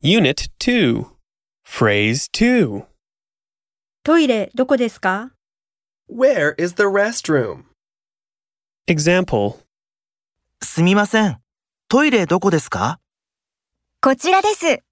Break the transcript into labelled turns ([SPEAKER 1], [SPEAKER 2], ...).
[SPEAKER 1] Unit 2. Phrase 2.
[SPEAKER 2] トイレどこですか
[SPEAKER 3] Where is the restroom?
[SPEAKER 1] Example
[SPEAKER 4] すみません。トイレどこですか
[SPEAKER 5] こちらです。